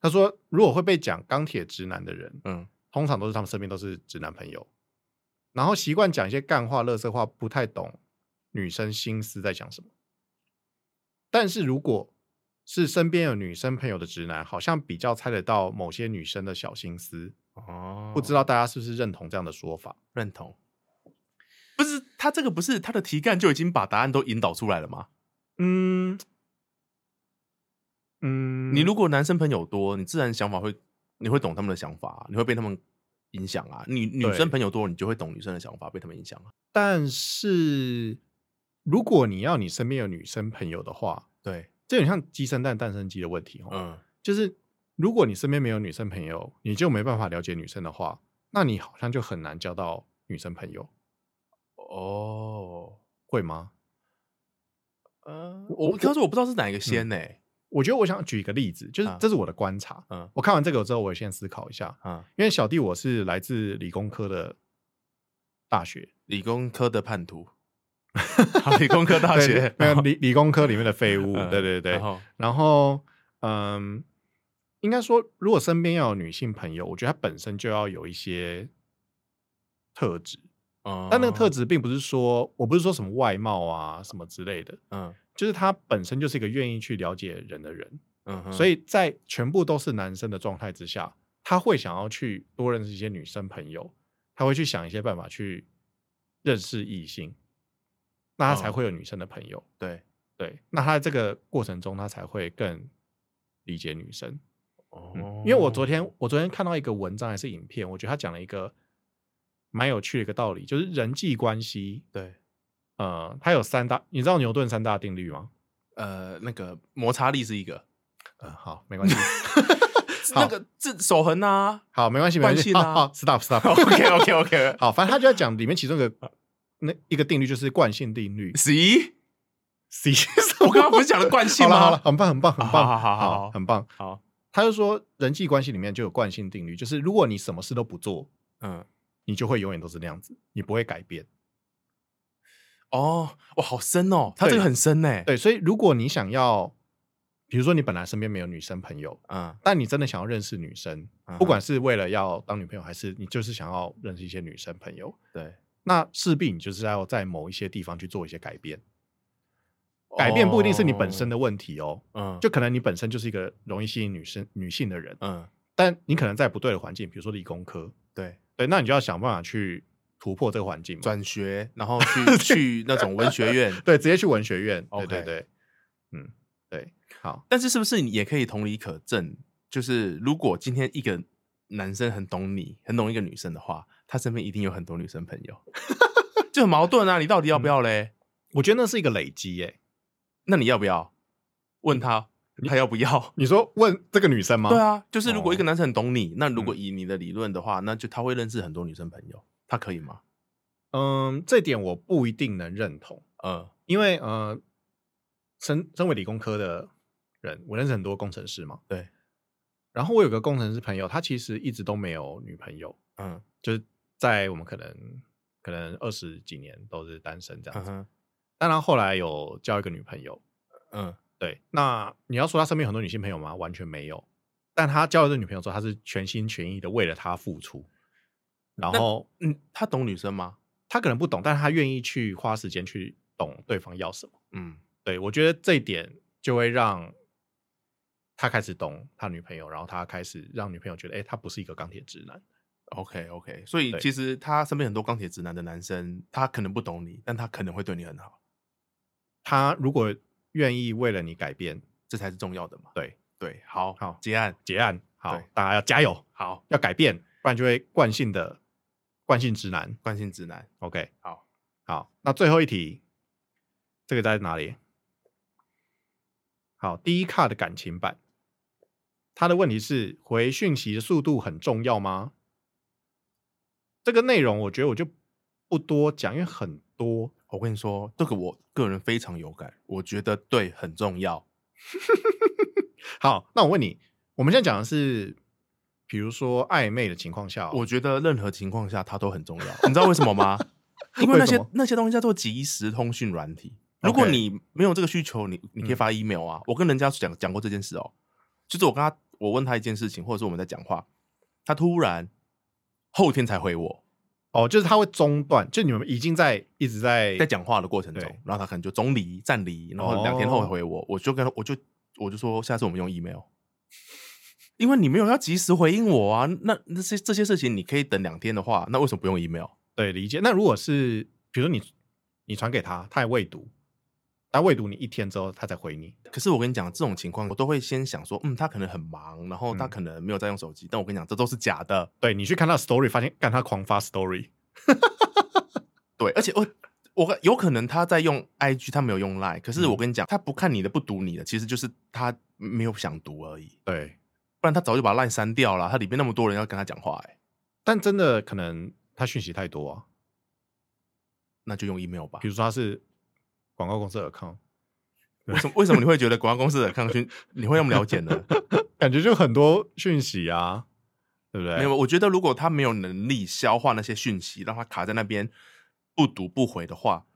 他说，如果会被讲钢铁直男的人，嗯，通常都是他们身边都是直男朋友，然后习惯讲一些干话、乐色话，不太懂女生心思在讲什么。但是如果是身边有女生朋友的直男，好像比较猜得到某些女生的小心思。哦不知道大家是不是认同这样的说法？认同。不是他这个不是他的题干就已经把答案都引导出来了吗？嗯嗯你如果男生朋友多，你自然想法会，你会懂他们的想法啊、你会被他们影响啊。女女对生朋友多，你就会懂女生的想法，被他们影响啊。但是如果你要你身边有女生朋友的话，对，这很像鸡生蛋蛋生鸡的问题哦。嗯，就是如果你身边没有女生朋友，你就没办法了解女生的话，那你好像就很难交到女生朋友，哦，会吗？呃，我我刚说我不知道是哪一个嗯先呢、我觉得我想举一个例子，就是啊这是我的观察。嗯我看完这个之后，我也先思考一下，啊，因为小弟我是来自理工科的大学，理工科的 叛徒，好理工科大对学，没有然后理理工科里 面的废物，嗯对对对然。后然后，嗯，应该说，如果身边要有女性朋友，我觉得她本身就要有一些特质，嗯但那个特，质并不是说，我不是说什么外貌啊什么之类的，嗯就是他本身就是一个愿意去了解人的人，嗯哼，所以在全部都是男生的状态之下，他会想要去多认识一些女生朋友，他会去想一些办法去认识异性，那他才哦会有女生的朋友。对，对，那他在这个过程中，他才会更理解女生。哦嗯，因为我昨天我昨天看到一个文章还是影片，我觉得他讲了一个蛮有趣的一个道理，就是人际关系。哦对呃，它有三大，你知道牛顿三大定律吗？呃那个摩擦力是一个，嗯，好，没关系，那个这手 痕啊好，没关系，没关惯系，性好啊好，stop stop，，OK OK OK， 好，反正他就在讲里面其中一个那一个定律就是惯性定律，十一 C 是什么我刚刚不是讲了惯性好了吗？好了，很棒，很棒，很棒，好好好好很棒。好，他就说，人际关系里面就有惯性定律，就是如果你什么事都不做，嗯，你就会永远都是那样子，你不会改变。哦，哇，好深哦，他对这个很深呢。，对，所以如果你想要，比如说你本来身边没有女生朋友，嗯，但你真的想要认识女生，嗯不管是为了要当女朋友，还是你就是想要认识一些女生朋友，对，那势必你就是要在某一些地方去做一些改变。改变不一定是你本身的，的问题哦，嗯，就可能你本身就是一个容易吸引女生女性的人，嗯，但你可能在不对的环境，比如说理工科，对，对，那你就要想办法去突破这个环境嘛，转学，然后 去去那种文学院。 对，直接去文学院，对 OK 对对，嗯，对，好，但是是不是你也可以同理可证？就是如果今天一个男生很懂你，很懂一个女生的话，他身边一定有很多女生朋 友，就很矛盾啊！你到底要嗯不要嘞？我觉得那是一个累积耶。那你要不要问他？他要不要？你说问这个女生吗？对，啊，就是如果哦嗯一个男生很懂你，那如果以你的理论的话，那就他会认识很多女生朋友，他可以吗？嗯，这点我不一定能认同，呃，因为呃，身身为理工科的人，我认识很多工程师嘛，对，然后我有个工程师朋友，他其实一直都没有女朋友，嗯，就是在我们可能可能二十几年都是单身这样嗯子，哼，但他后来有交一个女朋友，嗯，对，那你要说他身边有很多女性朋友吗？完全没有。但他交了这女朋友之后，他是全心全意的为了她付出，然后嗯，他懂女生吗？他可能不懂，但是他愿意去花时间去懂对方要什么。嗯，对我觉得这一点就会让他开始懂他女朋友，然后他开始让女朋友觉得，哎、他不是一个钢铁直男。 OK OK，所以对其实他身边很多钢铁直男的男生，他可能不懂你，但他可能会对你很好，他如果愿意为了你改变，这才是重要的嘛。对，对，好，好结案，结案好对，大家要加油，好，要改变，不然就会惯性的惯性直男。惯性直男， OK，好，好，那最后一题，这个在哪里？好，第一卡的感情版，他的问题是回讯息的速度很重要吗？这个内容我觉得我就不多讲，因为很多，我跟你说，这个我个人非常有感，我觉得对很重要。好，那我问你，我们现在讲的是，比如说暧昧的情况下哦、我觉得任何情况下它都很重要，你知道为什么吗？因为为那什些么那些东西叫做即时通讯软体。 OK 如果你没有这个需求，你你可以嗯发 email 啊。我跟人家讲讲过这件事哦，就是我跟他我问他一件事情，或者是我们在讲话，他突然后天才回我，哦，就是他会中断，就你们已经在一直在在讲话的过程中对，哦然后他可能就中离暂离，然后两天后回我，我就跟他我就我就说下次我们用 email，因为你没有要及时回应我啊。那那些这些事情你可以等两天的话，那为什么不用 email？对，理解。那如果是比如说你你传给他，他也未读，他未读你一天之后，他才回你。可是我跟你讲，这种情况我都会先想说，嗯，他可能很忙，然后他嗯可能没有在用手机。但我跟你讲，这都是假的。对你去看他的 story，发现干他狂发 story，对，而且我我有可能他在用 IG，他没有用 Line。可是嗯我跟你讲，他不看你的，不读你的，其实就是他没有想读而已。对，不然他早就把 Line 删掉了。他里面那么多人要跟他讲话、欸，但真的可能他讯息太多啊，那就用 email 吧比。如说他是广告公司的 account，为什么为什么你会觉得广告公司的抗讯你会那么了 解呢？感觉就很多讯息啊，对不对？没有，我觉得如果他没有能力消化那些讯息，让他卡在那边不读不回的话，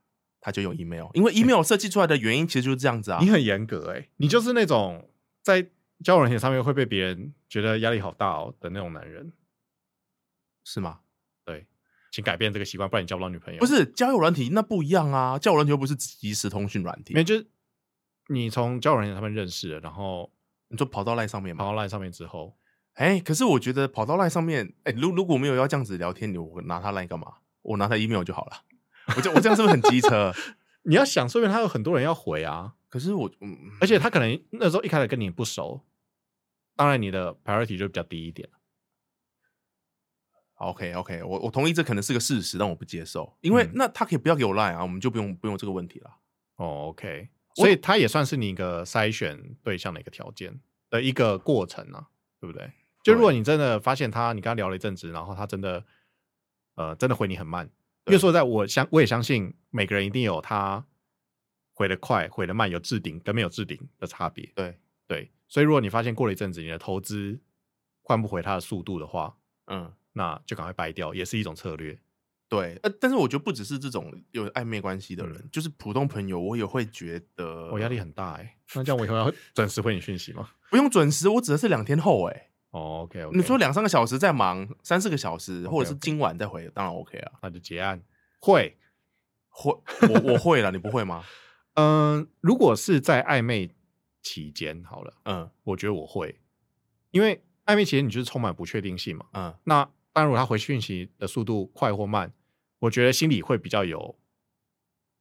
他就用 email，因为 email 设计出来的原因其实就是这样子啊。你很严格哎、你就是那种在交友软件上面会被别人觉得压力好大哦的那种男人。是吗？对，请改变这个习惯，不然你交不到女朋友。不是交友软体那不一样啊，交友软体又不是即时通讯软体没，有，就是你从交友软件上面认识了，然后你就跑到赖上面跑嘛。到 LINE 上面之后，哎、可是我觉得跑到赖上面，哎、如如果没有要这样子聊天，你我拿他赖干嘛？我拿他 email 就好了。我这我这样是不是很机 车？你要想，说明他有很多人要回啊，可是我，嗯，而且他可能那时候一开始跟你不熟，当然你的 priority 就比较低一点。 OK OK，我我同意这可能是个事实，但我不接受，因为、嗯那他可以不要给我赖啊，我们就不用不用这个问题了。哦，OK，我所以他也算是你一个筛选对象的一个条件的一个过程啊，对不对？就如果你真的发现他，你跟他聊了一阵子，然后他真的，呃，真的回你很慢，因为对说实在我相我也相信每个人一定有他回的快、回的慢有置顶跟没有置顶的差别。对，对，所以如果你发现过了一阵子你的投资换不回它的速度的话，嗯，那就赶快掰掉，也是一种策略。对。呃，但是我觉得不只是这种有暧昧关系的人，就是普通朋友，我也会觉得嗯我、压力很大哎、那这样我以后要 准时回你讯息吗、哦不用准时，我指的是两天后、欸。哎， o o k o k 你说两三个小时在忙，三四个小时，或者是 OK，OK 今晚再回，当然 OK 啊。那就结案会。会，我我会了，你不会吗？嗯、如果是在暧昧期间，好了，嗯我觉得我会，因为暧昧期间你就是充满不确定性嘛。 嗯，那当然，如果他回讯息的速度快或慢，我觉得心里会比较有，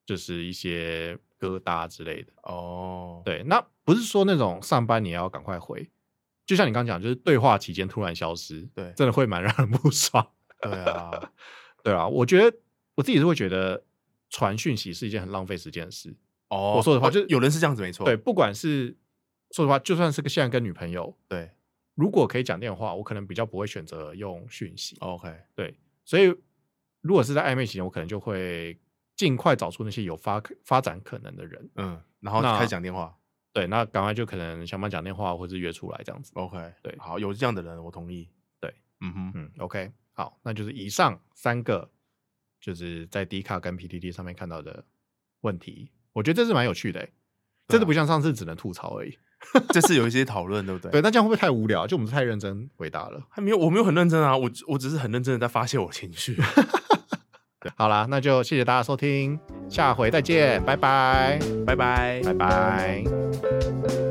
就是一些疙瘩之类的。哦，对，那不是说那种上班你也要赶快回，就像你刚刚讲，就是对话期间突然消失，对真的会蛮让 人不爽。对啊，对啊，我觉得我自己是会觉得传讯息是一件很浪费时间的事。哦，我说的话哦就是有人是这样子，没错，对，不管是说实话，就算是个现在跟女朋友，对如果可以讲电话，我可能比较不会选择用讯息。 ，OK，对，所以如果是在暧昧期间，我可能就会尽快找出那些有发发展可能的人。嗯，然后那开始讲电话对，那赶快就可能想办法讲电话，或是约出来这样子。 ，OK，对好，有这样的人，我同意，对，嗯哼，嗯，OK，好，那就是以上三个就是在 D 卡跟 PTT 上面看到的问题，我觉得这是蛮有趣的、欸，啊真的不像上次只能吐槽而已。这是有一些讨论，对不对？对，，那这样会不会太无聊？啊就我们太认真回答了。还没有，我没有很认真啊，我只我只是很认真的在发泄我 情绪。好啦，那就谢谢大家收听，下回再见，拜拜，拜拜。拜拜。